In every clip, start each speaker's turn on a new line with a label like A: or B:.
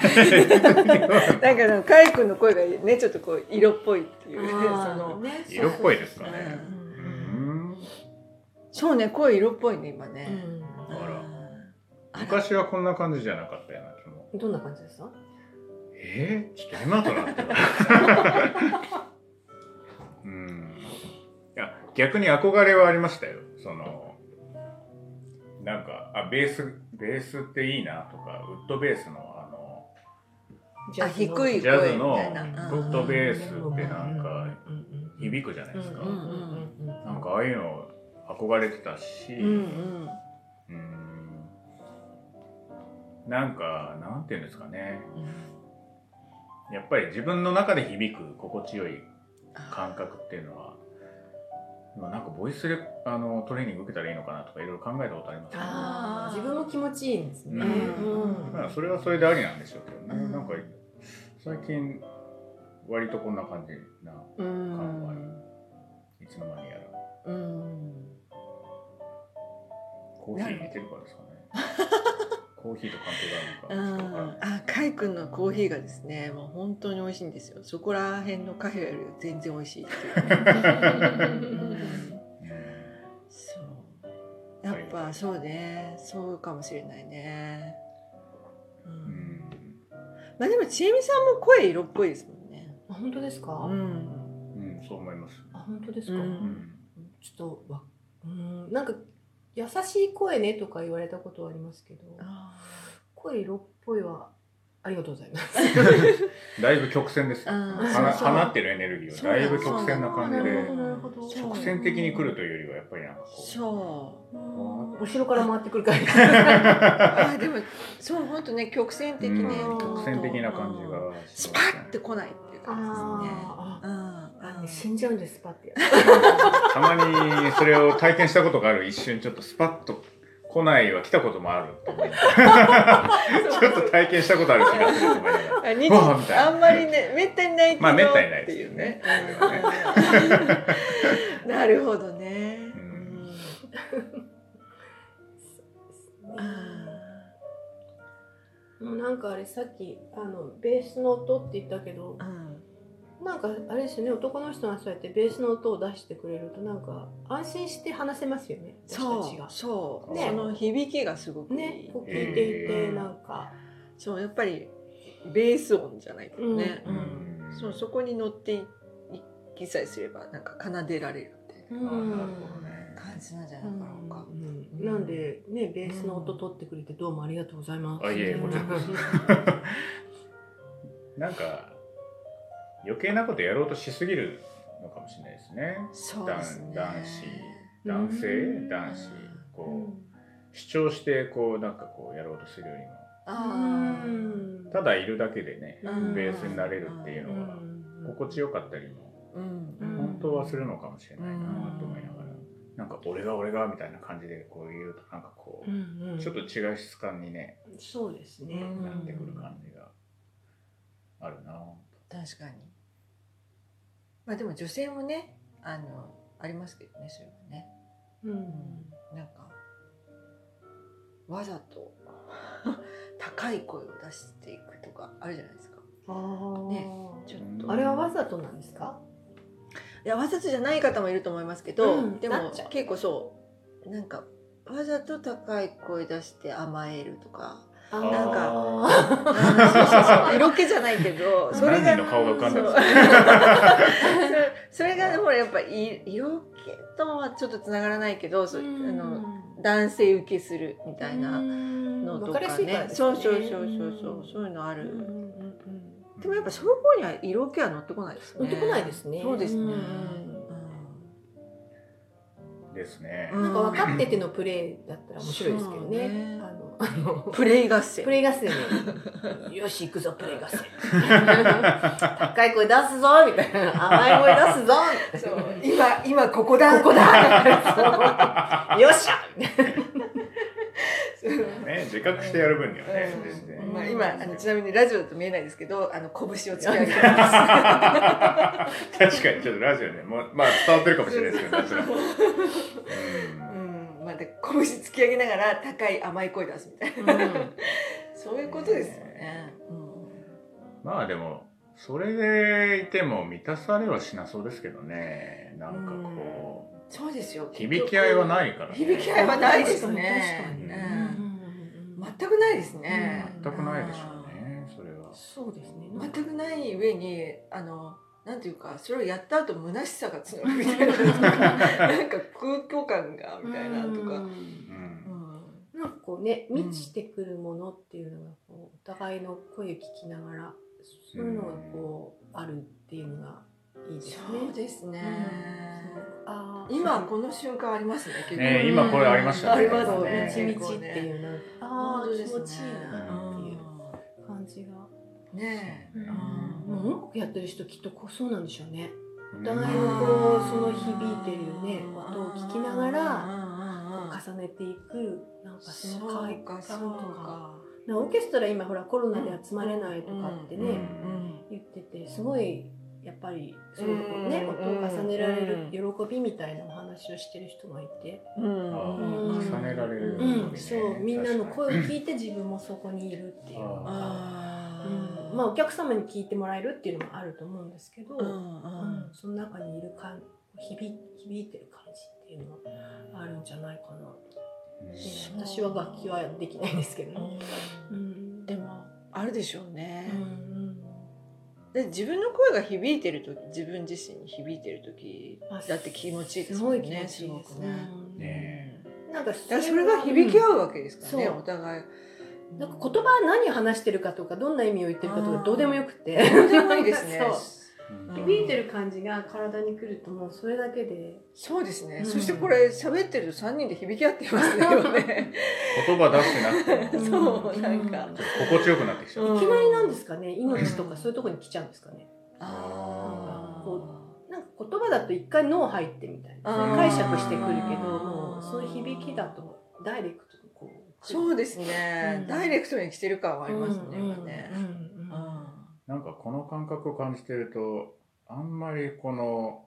A: なんかでもカイ君の声がねちょっとこう色っぽいっていうね その
B: ね
C: 色っぽいですか
A: うん
C: ね。うーん
A: そうね声色っぽいね今
B: う
A: ね、
B: ん
A: うん
C: あら昔はこんな感じじゃなかったような気も。
B: どんな感じですか
C: えー、ちょっと今となっては。 うん。いや逆に憧れはありましたよ。そのなんかあベースベースっていいなとかウッドベースのあの
A: あ低い声
C: ジ
A: み
C: ャズの
A: たいな
C: ウッドベースってなん
B: う
C: か
B: うんうん
C: 響くじゃないですか。
B: うんうんうんうん
C: なんかああいうの憧れてたし。
A: うんうん
C: うーんなんかなんていうんですかねやっぱり自分の中で響く心地よい感覚っていうのはまあなんかボイスレあのトレーニング受けたらいいのかなとかいろいろ考えたことありますけど
B: あー自分も気持ちいいんですね。
C: うん
B: うん
C: まあそれはそれでありなんでしょうけどね、
B: うん
C: なんか最近割とこんな感じな
A: うん
C: 感はあるいつの間にやら
A: うん
C: コーヒー入れてるからで すかねコーヒーと関係
A: う
C: があるのかちょっとわから
A: ん
C: ない
A: あカイ君のコーヒーがですねもう本当に美味しいんですよそこら辺のカフェより全然美味しいっていうねうん
C: うん
A: そうやっぱそうねそうかもしれないねう
C: うんん
A: まあでもちえみさんも声色っぽいですもんね
B: あ本当ですか？
A: うん
C: うん、そう思います。
B: あ本当ですか？
A: うん
C: うん、
B: ちょっとわうんなんか優しい声ねとか言われたことはありますけど、
A: あ
B: 声色っぽいはありがとうございます。
C: だいぶ曲線です。
A: あー
C: 放
B: そうそう
C: 放ってるエネルギーはだいぶ曲線な感じ
B: なる
C: で
B: ほ。どなるほど。
A: そう
C: 直線的に来るというよりはやっぱりなんかこう
A: そう
B: うん後ろから回ってくる感じ。あ
A: あでもそう本当ね曲線的ね、
C: う
B: こう
C: ん曲線的な感じが
A: ス
C: し
A: パ
C: ますね
A: ッて来ないっていう感じですね
B: あ
A: うん
B: あ
A: あの
B: 死んじゃうんですパって。
C: たまにそれを体験したことがある一瞬ちょっとスパッと来ないは来たこともある と思いながらちょっと体験したことある気がすると思いながら
A: あ日
C: わあみたいな
A: あんまりねめったにないけど
C: まあめったにない
A: っていうね
C: ですよね
A: うん なるほどね、
C: う
A: うんあ
B: もうなんかあれさっきあのベースの音って言ったけど
A: ー、うん
B: なんかあれですよね男の人がそうやってベースの音を出してくれるとなんか安心して話せますよね
A: そ
B: 私たち
A: う
B: が。
A: そう、
C: ね
A: その響きがすごくいい、
B: ね、こう聞いていて
C: え
A: ー
B: なんか、
A: そうやっぱりベース音じゃないけどね、
B: うん
C: ん
A: そうそこに乗っていきさえすればなんか奏でられるみたい
B: うん
C: あーなるほどね
A: な感じなんじゃな
B: う
A: い
B: ん
A: かろうか、
B: うんなんでねベースの音取ってくれてどうもありがとうございます。
C: あいえこちらこなんか余計なことやろうとしすぎるのかもしれないですね
A: そう
C: 男
A: ですね
C: 男子男
B: う
C: 性
B: ん
C: 男子こう、
B: うん
C: 主張してこうなんかこうやろうとするよりも
A: あ
C: ただいるだけでね
A: うん
C: ベースになれるっていう
B: う
C: のが
B: ん
C: 心地よかったりも
A: ーうん
B: うん
C: 本当はするのかもしれないなと思いながらなんか俺が俺がみたいな感じでこういうなんかこ
B: う
C: うん
B: うん
C: ちょっと違う質感にね
B: そうですね。
A: うん
C: なってくる感じがあるな
A: 確かにまあでも女性もねあのありますけどねそれはね、
B: うん
A: なんかわざと 高い声を出していくとかあるじゃないですか
B: あー
A: ねちょっと
B: あれはわざとなんですか？
A: いやわざとじゃない方もいると思いますけど、
B: うん
A: でも
B: なっちゃう
A: 結構そうなんかわざと高い声出して甘えると か
B: あー
C: なんか
A: あーそうそうそう色気じゃないけどそれ
C: 何
A: が
C: 人の顔が浮かんだんで
A: そ
C: す
A: う
C: か
A: それがほらやっぱい色気とはちょっとつながらないけど、そうあの男性受けするみたいなのとかね,、そうそうそうそうそうそういうのあ
B: う
A: る、
B: ん
A: でもやっぱそういう方には色気は乗ってこないですね
B: 乗ってこないですね
A: そうですね、
B: うん
C: ですね
A: うん
B: なんか分かっててのプレーだったら面白いですけどね。
A: そうね
B: あのあの
A: プレイ合戦
B: プレイ合戦でよし行くぞプレイ合戦。高い声出すぞみたいな甘い声出す
A: そ
B: ぞ。
A: う今今ここだ
B: ここだ。そうよっしゃ。
A: そう
C: ね自覚してやる分にはね
A: うん
C: ですね
A: まあ、今 あのちなみにラジオだと見えないですけどあの拳を突き上げて
C: 確
A: ます
C: かにちょっとラジオねもうまあ伝わってるかもしれないですけどラジオも
A: う
C: うん
A: んまあ、で拳突き上げながら高い甘い声出すみたいな
B: うん
A: そういうことですよねね。
C: まあでもそれでいても満たされはしなそうですけどねなんかこう、
A: そうですよ。
C: 響き合いはないから、ね、
A: 響き合いはないですね。
C: 確かに確か
A: うん全くないですね。
C: 全くないでしょうねそれは
B: そうですね。
A: 全くない上にあのなんていうかそれをやった後虚しさが募るみたいな なんか空虚感がみたいなとか、
B: う
C: うんん
B: なんかこうね満ちてくるものっていうのがこうお互いの声聞きながらそういうのがこうあるっていうのがいいですね。
A: そうですね。
B: あー
A: 今この瞬間ありますね。結構
C: ね今これありました
A: あ
C: ね
A: りますね。
B: 一日っていうのあ
A: あ
B: あ
A: ー
B: 気持ちいいなっていう感じが、
A: ねえ。
B: うん、もう音楽やってる人きっとこうそうなんでしょうね
C: うん
B: お互いのこうその響いてるね音を聞きながらこう
A: ら
B: 重ねていくなんかそ
A: そ
B: の
A: う
B: 快
A: か
B: 感と
A: そう
B: か
A: か。
B: なんかオーケストラ今ほらコロナで集まれないとかってね、
C: うん
B: 言っててすごいやっぱりそういうとこね、
A: うん
B: 音を重ねられる
A: うん
B: 喜びみたいなお話をしてる人がいて、
A: うん
C: あー
B: うん
C: 重ねられるよ
B: う
C: にね
B: んそうみんなの声を聞いて自分もそこにいるっていうのが、
A: あ
B: うんまあお客様に聞いてもらえるっていうのもあると思うんですけど、
A: う
B: うん
A: んうん
B: その中にいる感響響いてる感じっていうのはあるんじゃないかな、
C: うん
B: ね私は楽器はできないんですけどね。うん
A: でもあるでしょうね
B: う、ん
A: で自分の声が響いてる時自分自身に響いてる時
B: あ
A: だって気持ちいいです
B: す
A: も
B: ごい
A: ん
B: 気
A: ね
B: 持ち
A: す
B: いい
A: ご
B: で
A: く
B: す
A: ね
C: ね
B: なんか
A: だからそれが響き合うわけですからね、
B: そう
A: お互い
B: なんか言葉は何を話してるかとかどんな意味を言ってるかと
A: あ
B: か
A: ー
B: どうでもよくて
A: どうでもいいですね
B: そう
C: うん
A: うん
B: 響いてる感じが体にくるともうそれだけで
A: そうですね、
B: うん
A: そしてこれ喋ってると3人で響き合ってますよね
C: 言葉出してなくても
A: そう
B: うん
A: なんか、
C: ちょっと心地よくなってきちゃう、
A: うん
B: いきなりなんですかね命とかそういうとこに来ちゃうんですかね
A: あー
B: なんか言葉だと一回脳入ってみたい
A: あ
B: な
A: ー
B: 解釈してくるけどもうそういう響きだとダイレクトにこう
A: そう
B: で
A: ですね、
B: うん
A: ダイレクトに来てる感はありますね、
B: うん
A: やっぱね、
B: うんうん
C: なんかこの感覚を感じてるとあんまりこの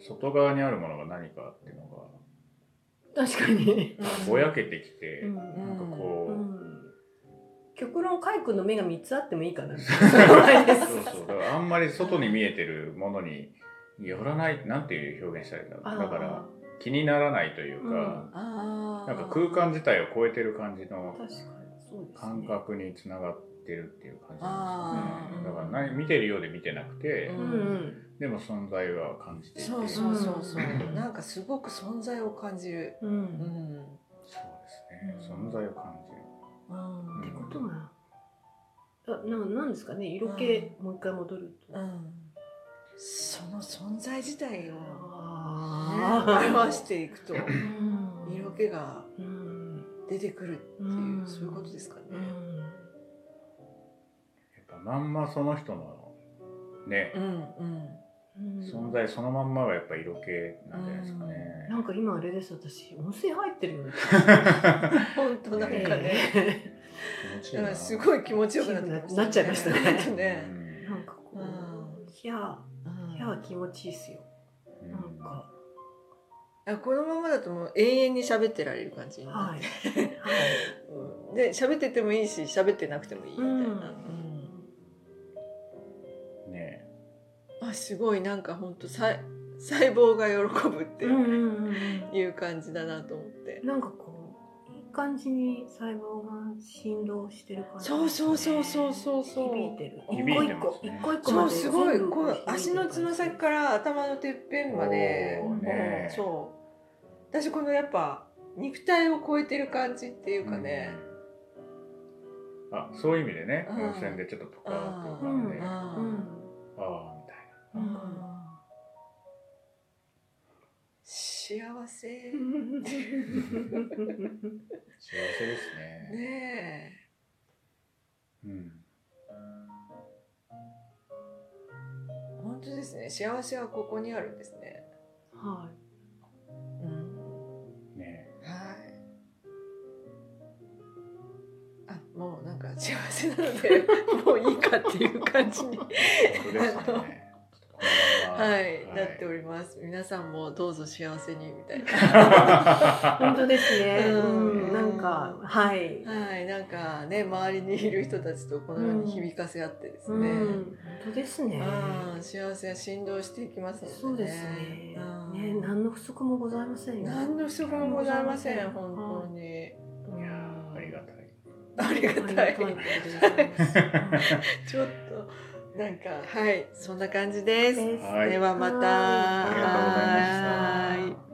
C: 外側にあるものが何かっていうの
B: 確かに、
C: がぼやけてきて、
B: うん
C: なんかこう、
B: うん極論カイ君の目が3つあってもいいかなそうなん です
C: そうそうだからあんまり外に見えてるものによらないなんていう表現したらいいんだろうだから気にならないというか、
A: あー
C: なんか空間自体を超えてる感じ
B: あ
C: の
B: ー確かにそうですね
C: 感覚につながってるっていう感
A: あ
C: じです
B: ー
C: ねだから何見てるようで見てなくて、
A: うん
B: うんうん
C: でも存在は感じていて
A: そうそうそうそう、
C: うん
A: なんかすごく存在を感じる、
B: う
A: うんん
C: そうですね存在を感じる
A: うん
B: ってことはあななんですかね色気、もう一回戻ると
A: うんその存在自体を、ね、
B: あー
A: 表していく と
B: うん
A: 色気が
B: うん
A: 出てくるっていう、
B: うん
A: そういうことですかね。
B: うん
C: やっぱまんまその人のね
A: う、んうん
B: うん
C: 存在そのまんまがやっぱ色気なんじゃないですかね、
B: なんか今あれです私温泉入ってるよね
A: 本当なんかね、
B: ね
C: 気持ち
A: だ
C: いい
A: か
C: な
A: らすごい気持ちよくなってきましたね
B: なっちゃいましたね
A: 本当
C: うん
B: なんかこう、
A: うん
B: いや
A: うん
B: いや気持ちいいっすよ
C: うん
B: なんか、
A: あこのままだともう永遠に喋ってられる感じになっ
B: はい、はい、
A: て、うんで喋っててもいいし喋ってなくてもいいみたいな、
C: ね
A: うんあすごい なんか本当細細胞が喜ぶって
B: うんうんうんうん
A: いう感じだなと思って、
B: なんかこういい感じに細胞が振動してる感じ、
A: そうそうそうそうそうそう
B: 響いてる
C: 響いてますね
B: 一個一個一個一個
A: そ
B: ま
A: う
B: です
A: ごい
B: 全部
A: こ
B: 響
A: う
B: てる感じ
A: 足のつま先から頭のてっぺんまで
C: おーね
A: うんそう私このやっぱ肉体を超えてる感じっていうかね、
C: うんあそういう意味でね、
A: うん
C: 温泉でちょっとポカーって浮かんで、
A: う
C: あ
B: うんん
C: あみたい
B: うん
A: 幸せ
C: な幸せですね
A: ね
C: うん
A: え本当ですね幸せはここにあるんですね、
B: は
A: うん、
C: ね
A: はいあもうなんか幸せなのでもういいかっていう感じに
C: 本当ですねちょっと
A: はい、なっております。皆さんもどうぞ幸せにみたいな。
B: 本当ですね。
A: う
B: うんん、なんか、はい。
A: はい、なんかね、周りにいる人たちとこのように響かせ合ってです
B: う
A: ね。
B: ん、本当です
A: う
B: ね。
A: ん、幸せは振動していきますのでね。
B: そうですね。
A: う
B: ね、
A: ん
B: 何の不足もございませんよ。
A: 何の不足もございません、本当に。
C: いやーありがたい。
A: ありが
B: あり
A: た
B: が
A: い。
B: た いことでございます。う
A: ち
B: ん
A: ょっと、なんか、はい、そんな感じです。
B: です
C: はい
A: ではまた。
B: はい
C: ありがとうございました
A: はーい